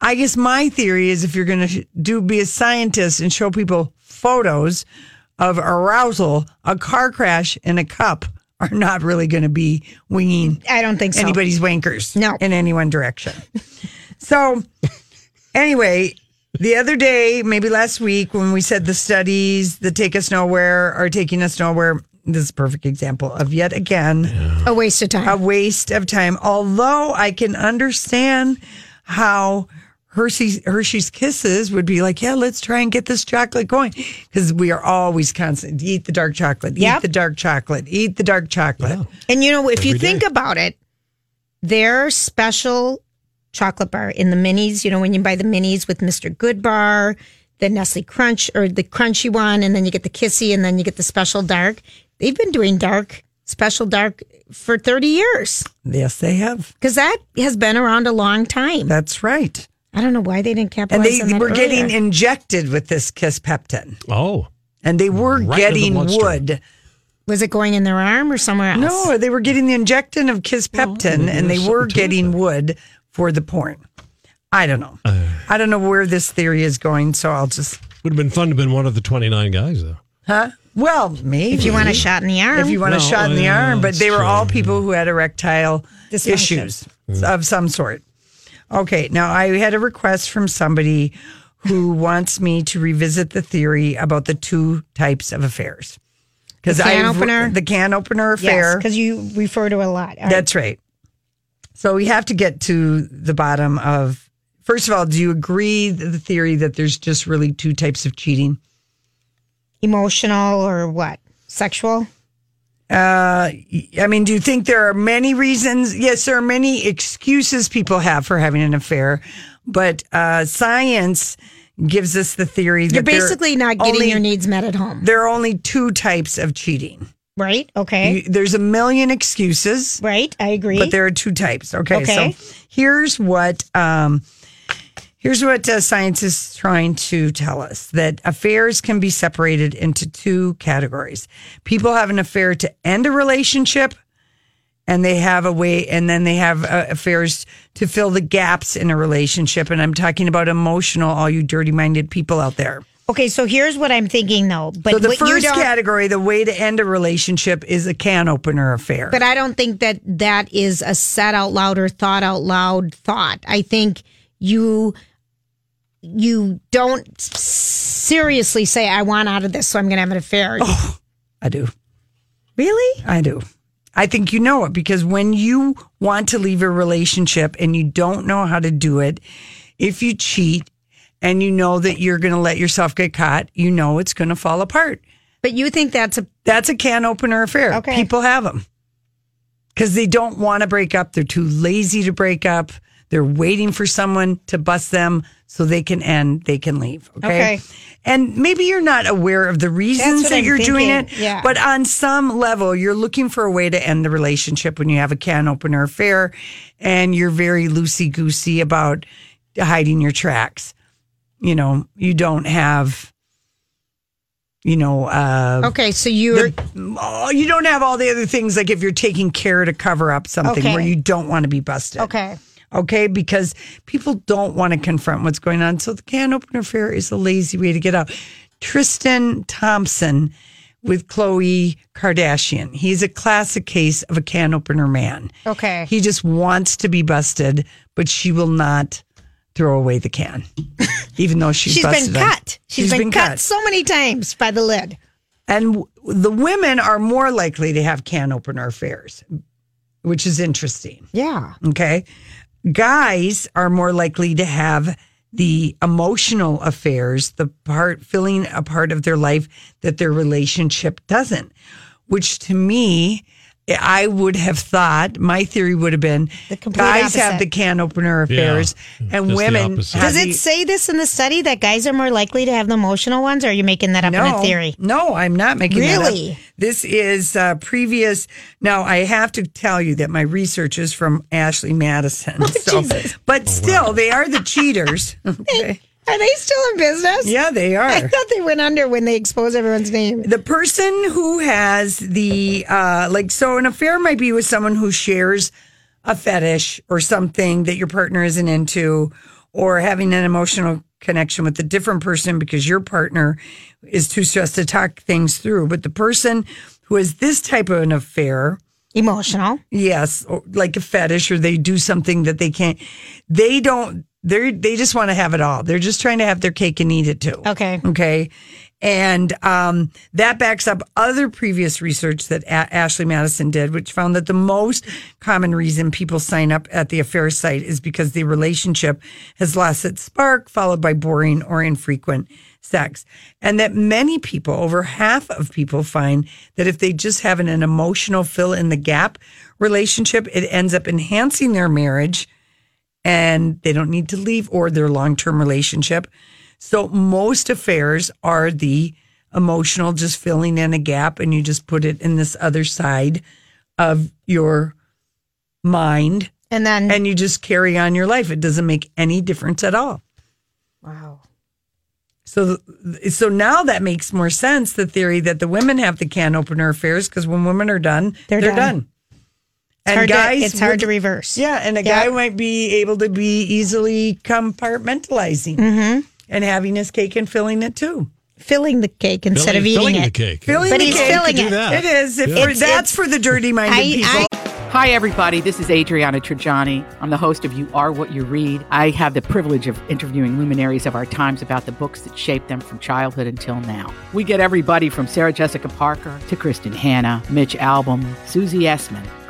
Speaker 4: I guess my theory is if you're going to do be a scientist and show people photos of arousal, a car crash and a cup are not really going to be winging
Speaker 3: I don't think so.
Speaker 4: anybody's wankers
Speaker 3: No.
Speaker 4: in any one direction. so, anyway, the other day, maybe last week, when we said the studies that take us nowhere are taking us nowhere, this is a perfect example of yet again
Speaker 3: A waste of
Speaker 4: a
Speaker 3: time.
Speaker 4: waste of time. Although I can understand how Hershey's, Hershey's Kisses would be like, yeah, let's try and get this chocolate going because we are always constant. Eat the dark chocolate. Eat
Speaker 3: Yep.
Speaker 4: the dark chocolate. Eat the dark chocolate.
Speaker 3: And you know, if you
Speaker 2: Every
Speaker 3: think
Speaker 2: day.
Speaker 3: about it, their special chocolate bar in the minis, you know, when you buy the minis with Mr. Good Bar, the Nestle Crunch or the crunchy one, and then you get the kissy and then you get the special dark. They've been doing dark, special dark for 30 years
Speaker 4: Yes, they have.
Speaker 3: because that has been around a long time.
Speaker 4: That's right.
Speaker 3: I don't know why they didn't
Speaker 4: And
Speaker 3: capitalize
Speaker 4: they
Speaker 3: on that
Speaker 4: were getting
Speaker 3: earlier.
Speaker 4: injected with this kispeptin,
Speaker 2: Oh,
Speaker 4: and they
Speaker 2: Right
Speaker 4: were
Speaker 2: into the
Speaker 4: getting
Speaker 2: bloodstream.
Speaker 4: wood.
Speaker 3: Was it going in their arm or somewhere else?
Speaker 4: No, they were getting the injection of kispeptin, and they
Speaker 2: there's
Speaker 4: were
Speaker 2: something to it
Speaker 4: getting wood for the porn. I don't know.
Speaker 2: Uh.
Speaker 4: I don't know where this theory is going, so I'll just
Speaker 2: would have been fun to have been one of the 29 guys, though.
Speaker 4: Huh? Well, maybe.
Speaker 3: If you want a shot in the arm.
Speaker 4: If you want a
Speaker 2: No,
Speaker 4: shot in the
Speaker 2: yeah,
Speaker 4: arm, but
Speaker 2: that's
Speaker 4: they were
Speaker 2: true,
Speaker 4: all
Speaker 2: yeah.
Speaker 4: people who had erectile
Speaker 3: Dysfunction.
Speaker 4: issues of some sort. Okay, now I had a request from somebody who wants me to revisit the theory about the two types of affairs. Because
Speaker 3: The can opener?
Speaker 4: the can opener affair.
Speaker 3: because you refer to a lot. All right.
Speaker 4: That's right. So we have to get to the bottom of. First of all, do you agree that the theory that there's just really two types of cheating?
Speaker 3: emotional or what? Sexual?
Speaker 4: I mean, do you think there are many reasons? Yes, there are many excuses people have for having an affair, but uh, science gives us the theory that
Speaker 3: You're
Speaker 4: there-
Speaker 3: basically not getting
Speaker 4: only-
Speaker 3: your needs met at home,
Speaker 4: There are only two types of cheating.
Speaker 3: right? Okay,
Speaker 4: You- there's a million excuses,
Speaker 3: right. I agree.
Speaker 4: but there are two types. Okay,
Speaker 3: Okay.
Speaker 4: so here's what um, here's what uh, science is trying to tell us that affairs can be separated into two categories. People have an affair to end a relationship, and they have a way, and then they have uh, affairs to fill the gaps in a relationship. And I'm talking about emotional, all you dirty minded people out there.
Speaker 3: okay, so here's what I'm thinking though, but
Speaker 4: So the
Speaker 3: what you
Speaker 4: first
Speaker 3: don't,
Speaker 4: category, the way to end a relationship, is a can opener affair.
Speaker 3: but I don't think that that is a said out loud or thought out loud thought. I think you you don't seriously say I want out of this, so I'm going to have an affair.
Speaker 4: I do. Oh. Really? I do. I think you know it because when you want to leave a relationship and you don't know how to do it, if you cheat and you know that you're going to let yourself get caught, you know it's going to fall apart.
Speaker 3: But you think that's a
Speaker 4: That's a can opener affair.
Speaker 3: Okay.
Speaker 4: People have them because they don't want to break up. They're too lazy to break up. They're waiting for someone to bust them so they can end, they can leave. Okay.
Speaker 3: Okay.
Speaker 4: And maybe you're not aware of the reasons
Speaker 3: what
Speaker 4: that
Speaker 3: I'm
Speaker 4: you're doing it.
Speaker 3: thinking. Yeah.
Speaker 4: But on some level, you're looking for a way to end the relationship when you have a can opener affair and you're very loosey goosey about hiding your tracks. You know, you don't have, you know, uh,
Speaker 3: okay. So you're
Speaker 4: oh, you don't have all the other things like if you're taking care to cover up something
Speaker 3: Okay.
Speaker 4: where you don't want to be busted.
Speaker 3: okay.
Speaker 4: Okay, because people don't want to confront what's going on. So the can opener affair is a lazy way to get out. Tristan Thompson with Khloe Kardashian. He's a classic case of a can opener man.
Speaker 3: Okay.
Speaker 4: He just wants to be busted, but she will not throw away the can, even though she's,
Speaker 3: She's
Speaker 4: busted
Speaker 3: been
Speaker 4: him.
Speaker 3: cut. She's been, cut so many times by the lid.
Speaker 4: And w- the women are more likely to have can opener affairs which is interesting.
Speaker 7: Yeah.
Speaker 4: Okay. Guys are more likely to have the emotional affairs, the part filling a part of their life that their relationship doesn't, which to me, I would have thought my theory would have been
Speaker 3: The complete
Speaker 4: guys
Speaker 3: opposite.
Speaker 4: have the can opener affairs and
Speaker 8: just the
Speaker 4: women.
Speaker 8: opposite.
Speaker 4: have
Speaker 3: Does it
Speaker 4: the-
Speaker 3: say this in the study that guys are more likely to have the emotional ones? Or are you making that up in a theory?
Speaker 4: No, I'm not making that up.
Speaker 3: Really?
Speaker 4: This is uh, previous. Now I have to tell you that my research is from Ashley Madison.
Speaker 3: Oh,
Speaker 4: so, but still, they are the cheaters. Okay.
Speaker 3: Are they still in business?
Speaker 4: Yeah, they
Speaker 3: I
Speaker 4: are.
Speaker 3: thought they went under when they exposed everyone's name.
Speaker 4: The person who has the uh, like, so an affair might be with someone who shares a fetish or something that your partner isn't into, or having an emotional connection with a different person because your partner is too stressed to talk things through. But the person who has this type of an affair,
Speaker 3: Emotional.
Speaker 4: yes, or like a fetish, or they do something that they can't, they don't. They they just want to have it all. They're just trying to have their cake and eat it too.
Speaker 3: Okay.
Speaker 4: Okay. And um, that backs up other previous research that A- Ashley Madison did, which found that the most common reason people sign up at the affair site is because the relationship has lost its spark, followed by boring or infrequent sex. And that many people, over half of people, find that if they just have an, an emotional fill in the gap relationship, it ends up enhancing their marriage and they don't need to leave or their long term relationship. So most affairs are the emotional, just filling in a gap, and you just put it in this other side of your mind
Speaker 3: And then,
Speaker 4: and you just carry on your life. It doesn't make any difference at all.
Speaker 3: wow.
Speaker 4: So, so now that makes more sense. The theory that the women have the can opener affairs because when women are done,
Speaker 3: They're
Speaker 4: they're,
Speaker 3: done.
Speaker 4: done.
Speaker 3: It's hard to- it's hard
Speaker 4: would-
Speaker 3: to reverse.
Speaker 4: Yeah, and a
Speaker 3: Yeah.
Speaker 4: guy might be able to be easily compartmentalizing
Speaker 3: Mm-hmm.
Speaker 4: and having his cake and filling it too.
Speaker 3: Filling the cake instead
Speaker 8: filling,
Speaker 3: of eating
Speaker 8: filling
Speaker 3: it.
Speaker 8: the cake.
Speaker 4: Filling
Speaker 3: But
Speaker 4: the
Speaker 3: he's
Speaker 4: cake.
Speaker 3: filling
Speaker 8: You could do
Speaker 3: it.
Speaker 8: that.
Speaker 4: It is. If
Speaker 8: Yeah.
Speaker 4: for-
Speaker 3: It's-
Speaker 4: that's for the dirty-minded people.
Speaker 3: I,
Speaker 7: Hi, everybody. This is Adriana Trajani. I'm the host of You Are What You Read. I have the privilege of interviewing luminaries of our times about the books that shaped them from childhood until now. We get everybody from Sarah Jessica Parker to Kristen Hanna, Mitch Albom, Susie Essman,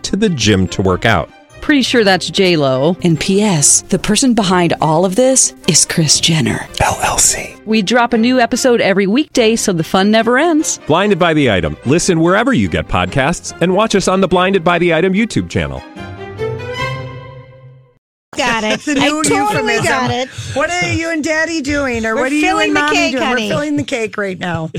Speaker 2: to the gym to work out.
Speaker 6: Pretty sure that's J Lo.
Speaker 7: And P.S. The person behind all of this is Chris Jenner.
Speaker 2: LLC.
Speaker 6: We drop a new episode every weekday, so the fun never ends.
Speaker 2: Blinded by the item. Listen wherever you get podcasts, and watch us on the Blinded by the Item YouTube channel.
Speaker 3: got it.
Speaker 4: The
Speaker 3: I
Speaker 4: new
Speaker 3: totally
Speaker 4: euphemism.
Speaker 3: got it.
Speaker 4: What are you and Daddy doing, or
Speaker 3: We're
Speaker 4: what are you
Speaker 3: filling
Speaker 4: and
Speaker 3: the
Speaker 4: Mommy
Speaker 3: cake,
Speaker 4: doing?
Speaker 3: honey.
Speaker 4: We're filling the cake right now.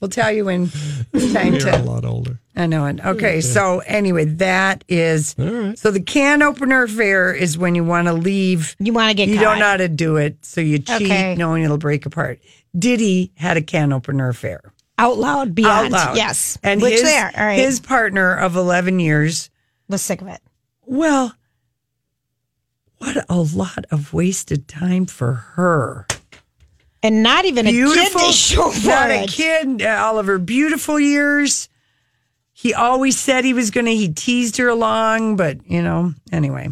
Speaker 4: we'll tell you when it's time
Speaker 8: You're a
Speaker 4: to.
Speaker 8: lot older.
Speaker 4: I know it. Okay, so anyway, that is. So the can opener affair is when you want to leave.
Speaker 3: You want to get
Speaker 4: you
Speaker 3: caught.
Speaker 4: don't know how to do it, so you cheat,
Speaker 3: Okay.
Speaker 4: knowing it'll break apart. Diddy had a can opener affair
Speaker 3: Out loud, beyond.
Speaker 4: out loud.
Speaker 3: Yes.
Speaker 4: and
Speaker 3: Which
Speaker 4: his,
Speaker 3: they are. All right.
Speaker 4: his partner of eleven years.
Speaker 3: was sick of it.
Speaker 4: Well, what a lot of wasted time for her.
Speaker 3: And not even a kid to show for
Speaker 4: not a
Speaker 3: it.
Speaker 4: kid. uh, All of her beautiful years. He always said he was going to. He teased her along, but you know. Anyway,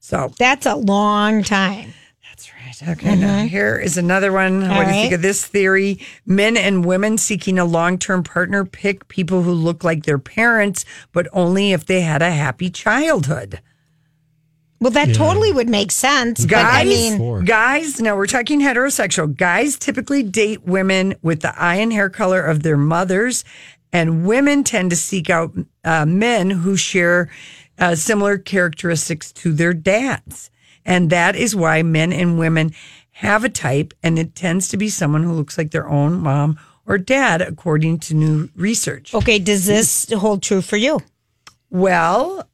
Speaker 4: so
Speaker 3: That's a long time.
Speaker 4: that's right. Okay, now uh, here is another one.
Speaker 3: All
Speaker 4: what do you think
Speaker 3: right.
Speaker 4: of this theory? Men and women seeking a long-term partner pick people who look like their parents, but only if they had a happy childhood.
Speaker 3: Well, that totally would make sense. But
Speaker 4: guys,
Speaker 3: I mean,
Speaker 8: Four.
Speaker 4: guys, now we're talking heterosexual. Guys typically date women with the eye and hair color of their mothers, and women tend to seek out uh, men who share uh, similar characteristics to their dads. And that is why men and women have a type, and it tends to be someone who looks like their own mom or dad, according to new research.
Speaker 3: okay, does this hold true for you?
Speaker 4: Well,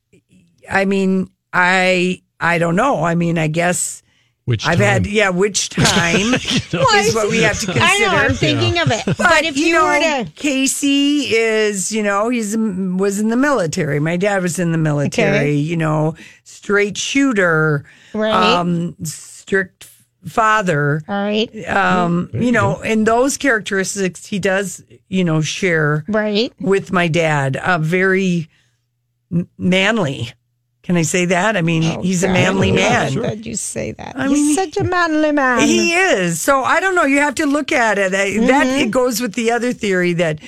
Speaker 4: I mean, I I don't know. I mean, I guess
Speaker 2: Which
Speaker 4: I've had, yeah, which time is what we have to consider.
Speaker 3: I know, I'm thinking of it. But if you,
Speaker 4: know,
Speaker 3: were to
Speaker 4: Casey is, you know, he's mm, was in the military. My dad was in the military.
Speaker 3: Okay.
Speaker 4: You know, straight shooter,
Speaker 3: Right.
Speaker 4: um, strict father.
Speaker 3: All right.
Speaker 4: Um, you know, and those characteristics he does, you know, share
Speaker 3: Right.
Speaker 4: with my dad. Uh, very m- manly. Can I say that? I mean,
Speaker 3: Oh,
Speaker 4: he's a manly
Speaker 3: Yeah,
Speaker 4: man.
Speaker 3: I'm glad you say that.
Speaker 4: I
Speaker 3: He's
Speaker 4: mean,
Speaker 3: such a manly man.
Speaker 4: He is. So I don't know. You have to look at it. That, that- it goes with the other theory that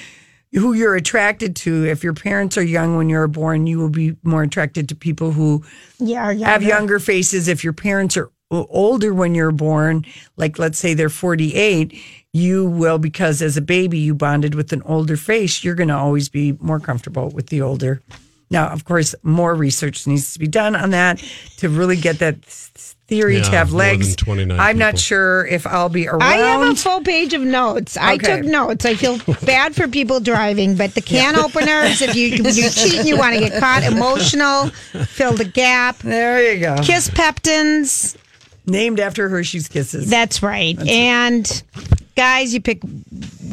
Speaker 4: who you're attracted to. If your parents are young when you're born, you will be more attracted to people who
Speaker 3: yeah, yeah.
Speaker 2: Mm-hmm.
Speaker 4: have younger faces. If your parents are o- older when you're born, like let's say they're 48, you will because as a baby you bonded with an older face. You're going to always be more comfortable with the older. Now, of course, more research needs to be done on that to really get that s- theory to
Speaker 2: Yeah,
Speaker 4: have
Speaker 2: more than
Speaker 4: legs.
Speaker 2: 29
Speaker 4: I'm not
Speaker 2: people.
Speaker 4: sure if I'll be around.
Speaker 3: I have a full page of notes. I
Speaker 4: Okay.
Speaker 3: took notes. I feel bad for people driving, but the can openers, if you, you cheat and you want to get caught, emotional, fill the gap,
Speaker 4: there you go.
Speaker 3: kiss peptins.
Speaker 4: Named after Hershey's Kisses.
Speaker 3: That's right. and guys, you pick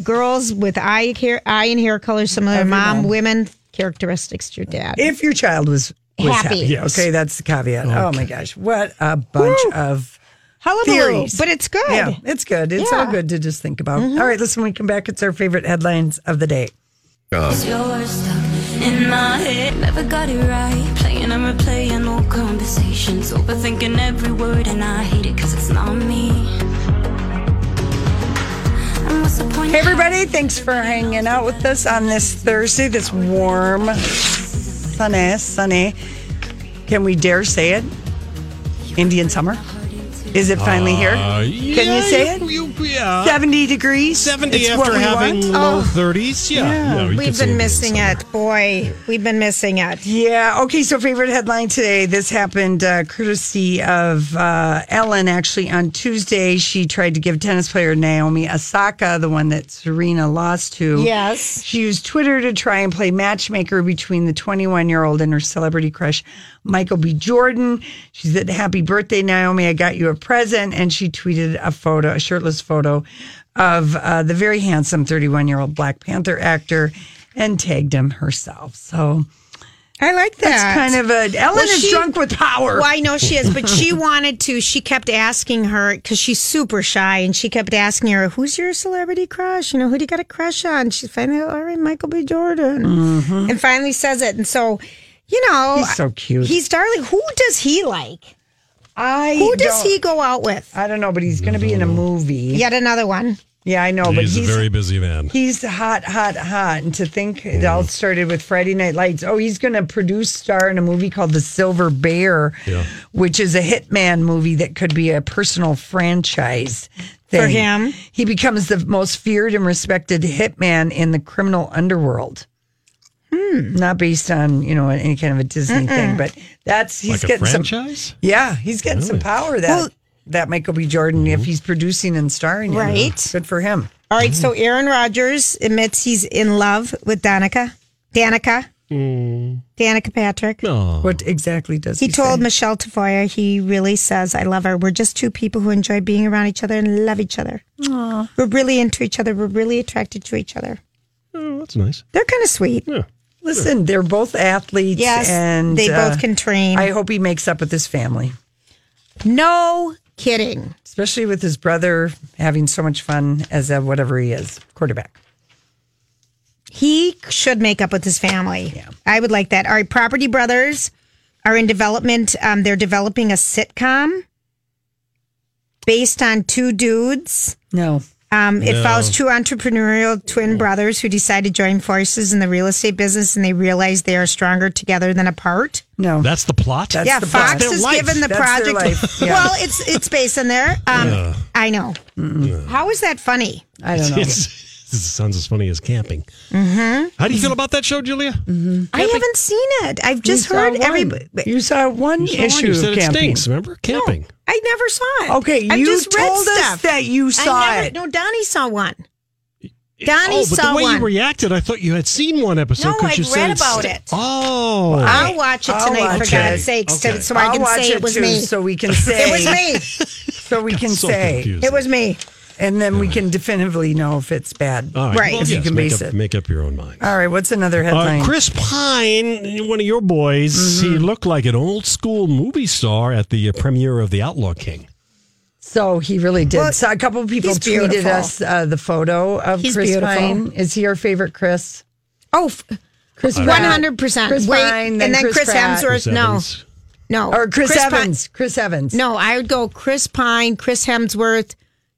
Speaker 3: girls with eye hair, eye and hair color similar to mom, women characteristics to your dad.
Speaker 4: if your child was, was
Speaker 3: Happy.
Speaker 4: happy.
Speaker 2: Yes.
Speaker 4: Okay, that's the caveat. Oh my gosh. What a bunch of
Speaker 3: Hullabaloo,
Speaker 4: theories.
Speaker 3: but it's good.
Speaker 4: Yeah, it's good. It's all
Speaker 3: Yeah. Mm-hmm.
Speaker 4: good to just think about. All right, listen, when we come back, it's our favorite headlines of the day.
Speaker 9: You're stuck in my head. Never got it right. Playing and replaying old conversations. Overthinking every word, and I hate it because it's not me. And what's the point?
Speaker 4: Hey, everybody, thanks for hanging out with us on this Thursday, this warm, sunny, sunny. Can we dare say it? Indian summer? Is it finally here?
Speaker 2: Uh,
Speaker 4: Can Uh, you say it?
Speaker 2: You, yeah.
Speaker 4: 70 degrees?
Speaker 2: 70
Speaker 4: It's what
Speaker 2: after
Speaker 4: we
Speaker 2: having
Speaker 4: want? Oh.
Speaker 2: low 30s. Yeah. No, you can
Speaker 3: We've
Speaker 2: say
Speaker 3: been
Speaker 2: that.
Speaker 3: missing it. Boy, we've been missing it.
Speaker 4: Yeah. Okay. So, favorite headline today. This happened uh, courtesy of uh, Ellen. Actually, on Tuesday, she tried to give tennis player Naomi Osaka, the one that Serena lost to.
Speaker 3: Yes.
Speaker 4: She used Twitter to try and play matchmaker between the 21 year old and her celebrity crush, Michael B. Jordan. She said, Happy birthday, Naomi. I got you a present. And she tweeted a photo, a shirtless photo of uh, the very handsome 31 year old Black Panther actor and tagged him herself. So,
Speaker 3: I like that.
Speaker 4: that's kind of a Ellen
Speaker 3: Well,
Speaker 4: is
Speaker 3: she-
Speaker 4: drunk with power.
Speaker 3: Well, I know she is, but she wanted to. She kept asking her because she's super shy, and she kept asking her, "Who's your celebrity crush? You know, who do you got a crush on?" She finally, all right, Michael B. Jordan, and finally says it. And so, you know,
Speaker 4: Mm-hmm. He's so cute.
Speaker 3: He's darling. Who does he like?
Speaker 4: I
Speaker 3: Who does
Speaker 4: don't-
Speaker 3: he go out with?
Speaker 4: I don't know, but he's going to be in a movie.
Speaker 3: Yet another one.
Speaker 4: yeah, I know, but
Speaker 2: He's,
Speaker 4: he's
Speaker 2: a very busy man.
Speaker 4: he's hot, hot, hot. And to think it
Speaker 2: Mm.
Speaker 4: all started with Friday Night Lights. Oh, he's going to produce, star in a movie called The Silver Bear,
Speaker 2: Yeah.
Speaker 4: which is a hitman movie that could be a personal franchise.
Speaker 3: For
Speaker 4: thing.
Speaker 3: him.
Speaker 4: he becomes the most feared and respected hitman in the criminal underworld. Not based on you know any kind of a Disney thing, but that's
Speaker 2: like
Speaker 4: he's
Speaker 2: a
Speaker 4: getting some
Speaker 2: franchise?
Speaker 4: Yeah, he's getting some power that
Speaker 3: Well-
Speaker 4: that Michael B. Jordan if he's producing and starring. in it.
Speaker 3: Right.
Speaker 4: Good for him.
Speaker 3: All right, so
Speaker 4: Mm-hmm.
Speaker 3: Aaron Rodgers admits he's in love with Danica. Danica.
Speaker 4: Mm.
Speaker 3: Danica Patrick.
Speaker 4: What exactly does he,
Speaker 3: He told
Speaker 4: say?
Speaker 3: Michelle Tafoya he really says, I love her. We're just two people who enjoy being around each other and love each other. We're really into each other. We're really attracted to each other.
Speaker 2: Oh, that's nice.
Speaker 3: They're kind of sweet.
Speaker 4: Listen, they're both athletes.
Speaker 3: Yes,
Speaker 4: and
Speaker 3: they
Speaker 4: uh,
Speaker 3: both can train.
Speaker 4: I hope he makes up with his family,
Speaker 3: no kidding.
Speaker 4: especially with his brother having so much fun as a whatever he is quarterback.
Speaker 3: He should make up with his family.
Speaker 4: Yeah.
Speaker 3: I would like that. All right, Property Brothers are in development. Um, they're developing a sitcom based on two dudes.
Speaker 4: No,
Speaker 3: Um, it
Speaker 2: No. Mm.
Speaker 3: follows two entrepreneurial twin brothers who decide to join forces in the real estate business and they realize they are stronger together than apart.
Speaker 4: no,
Speaker 2: That's the plot?
Speaker 4: That's
Speaker 3: yeah,
Speaker 4: the
Speaker 3: Fox
Speaker 4: plot. That's
Speaker 3: is
Speaker 2: their life.
Speaker 3: given the
Speaker 4: That's their
Speaker 3: project.
Speaker 4: life. Yeah.
Speaker 3: Well, it's it's based on there. Um, I know. How is that funny?
Speaker 4: I don't know.
Speaker 2: It's- this sounds as funny as camping. Mm-hmm. How do you feel about that show, Julia?
Speaker 3: I haven't seen it. I've just
Speaker 4: You saw
Speaker 3: heard
Speaker 4: one.
Speaker 3: everybody.
Speaker 4: You saw one issue
Speaker 2: you said
Speaker 4: of
Speaker 2: it
Speaker 4: camping.
Speaker 2: stinks. Remember camping?
Speaker 3: I never saw it.
Speaker 4: Okay,
Speaker 3: I've
Speaker 4: you
Speaker 3: just read
Speaker 4: told us
Speaker 3: stuff.
Speaker 4: that you saw
Speaker 3: I never,
Speaker 4: it.
Speaker 3: No, Donnie saw one. Donnie
Speaker 2: oh, but
Speaker 3: saw
Speaker 2: the way
Speaker 3: one.
Speaker 2: you reacted, I thought you had seen one episode.
Speaker 3: No,
Speaker 2: 'cause
Speaker 3: I'd
Speaker 2: you said
Speaker 3: read
Speaker 2: it's-
Speaker 3: about it.
Speaker 2: Oh,
Speaker 3: I'll watch it tonight, for God's sakes, to- so I
Speaker 4: I'll
Speaker 3: can
Speaker 4: watch
Speaker 3: say it was
Speaker 4: too,
Speaker 3: me.
Speaker 4: So we can say
Speaker 3: It was me.
Speaker 4: So we can
Speaker 3: so
Speaker 4: say
Speaker 3: confusing. It was me.
Speaker 4: And then we can definitively know if it's bad.
Speaker 2: All right.
Speaker 4: If
Speaker 2: Well,
Speaker 4: you
Speaker 2: yes,
Speaker 4: can
Speaker 2: make
Speaker 4: base
Speaker 2: up,
Speaker 4: it. Oh,
Speaker 2: Make up your own mind.
Speaker 4: All right. What's another headline?
Speaker 2: Uh, Chris Pine, one of your boys, he looked like an old school movie star at the uh, premiere of The Outlaw King.
Speaker 4: So he really did. so a couple of people
Speaker 3: he's
Speaker 4: tweeted
Speaker 3: beautiful.
Speaker 4: us uh, the photo of
Speaker 3: He's
Speaker 4: Chris
Speaker 3: beautiful.
Speaker 4: Pine. Is he your favorite Chris?
Speaker 3: Oh,
Speaker 4: Chris
Speaker 3: one
Speaker 4: Pratt.
Speaker 3: hundred percent.
Speaker 4: Chris
Speaker 3: Wait,
Speaker 4: Pine, then
Speaker 3: and then
Speaker 4: Chris
Speaker 3: Chris,
Speaker 4: Pratt.
Speaker 3: Hemsworth.
Speaker 4: Chris
Speaker 3: no,
Speaker 4: Evans.
Speaker 3: no,
Speaker 4: Or Chris
Speaker 3: Pine-
Speaker 4: Evans. Chris Evans.
Speaker 3: No, I would go Chris Pine, Chris Hemsworth,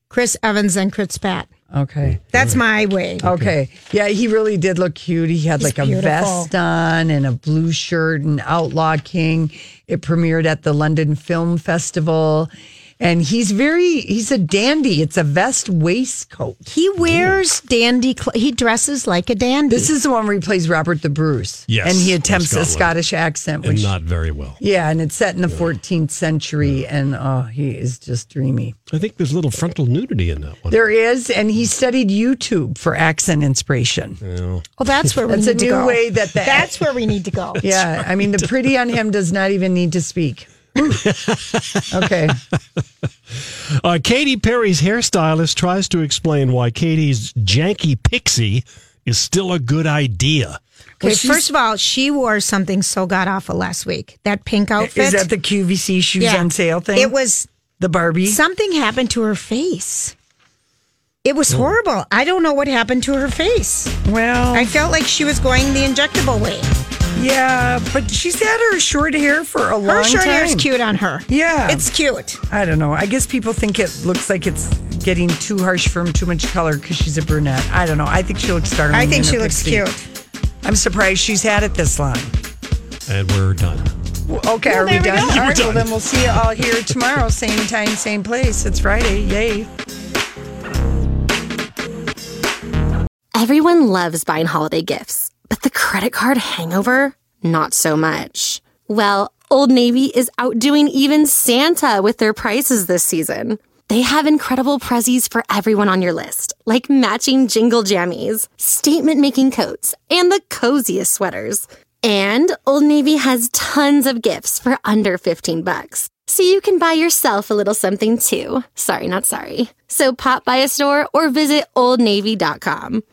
Speaker 3: Chris Evans, and Chris Pratt.
Speaker 4: Okay.
Speaker 3: That's my way.
Speaker 4: Okay. Yeah, he really did look cute. He had
Speaker 3: He's
Speaker 4: like a
Speaker 3: beautiful.
Speaker 4: vest on and a blue shirt and Outlaw King. It premiered at the London Film Festival. And he's very, he's a dandy. It's a vest waistcoat.
Speaker 3: He wears dandy. Cl- he dresses like a dandy.
Speaker 4: This is the one where he plays Robert the Bruce.
Speaker 2: Yes,
Speaker 4: And he
Speaker 2: from
Speaker 4: attempts a
Speaker 2: Scotland.
Speaker 4: Scottish accent,
Speaker 2: And
Speaker 4: which
Speaker 2: not very well.
Speaker 4: Yeah, and it's set in the 14th century, and oh, he is just dreamy.
Speaker 2: I think there's a little frontal nudity in that one.
Speaker 4: There is, and he studied YouTube for accent inspiration.
Speaker 2: Yeah.
Speaker 3: Well, Oh, that's where we
Speaker 4: That's
Speaker 3: need
Speaker 4: a
Speaker 3: to
Speaker 4: new
Speaker 3: go.
Speaker 4: way that the
Speaker 3: That's where we need to go.
Speaker 4: yeah. I mean, the pretty on him does not even need to speak. okay,
Speaker 2: Uh, Katy Perry's hairstylist tries to explain why Katy's janky pixie is still a good idea.
Speaker 3: Okay, first of all, she wore something so god awful last week. That pink
Speaker 4: is
Speaker 3: outfit.
Speaker 4: that the QVC shoes
Speaker 3: Oh, Yeah.
Speaker 4: on sale thing?
Speaker 3: It was
Speaker 4: the Barbie.
Speaker 3: something happened to her face. It
Speaker 4: Oh.
Speaker 3: was horrible. I don't know what happened to her face.
Speaker 4: well,
Speaker 3: I felt like she was going the injectable way.
Speaker 4: yeah, but she's had her short hair for a long
Speaker 3: Her short
Speaker 4: time.
Speaker 3: hair is cute on her.
Speaker 4: Yeah,
Speaker 3: It's cute.
Speaker 4: I don't know. I guess people think it looks like it's getting too harsh from too much color because she's a brunette. I don't know. I think she looks darling.
Speaker 3: I think
Speaker 4: in her
Speaker 3: she looks
Speaker 4: pixie.
Speaker 3: cute.
Speaker 4: I'm surprised she's had it this long.
Speaker 2: And we're done.
Speaker 4: Okay, are we
Speaker 3: there we
Speaker 4: done?
Speaker 3: go.
Speaker 4: All right, well,
Speaker 2: done.
Speaker 4: then we'll see you all here tomorrow, same time, same place. It's Friday. Yay.
Speaker 1: Everyone loves buying holiday gifts, but the credit card hangover, not so much. Well, Old Navy is outdoing even Santa with their prices this season. They have incredible prezzies for everyone on your list, like matching jingle jammies, statement making coats, and the coziest sweaters. And Old Navy has tons of gifts for under 15 bucks. So you can buy yourself a little something too. Sorry, not sorry. So pop by a store or visit oldnavy.com.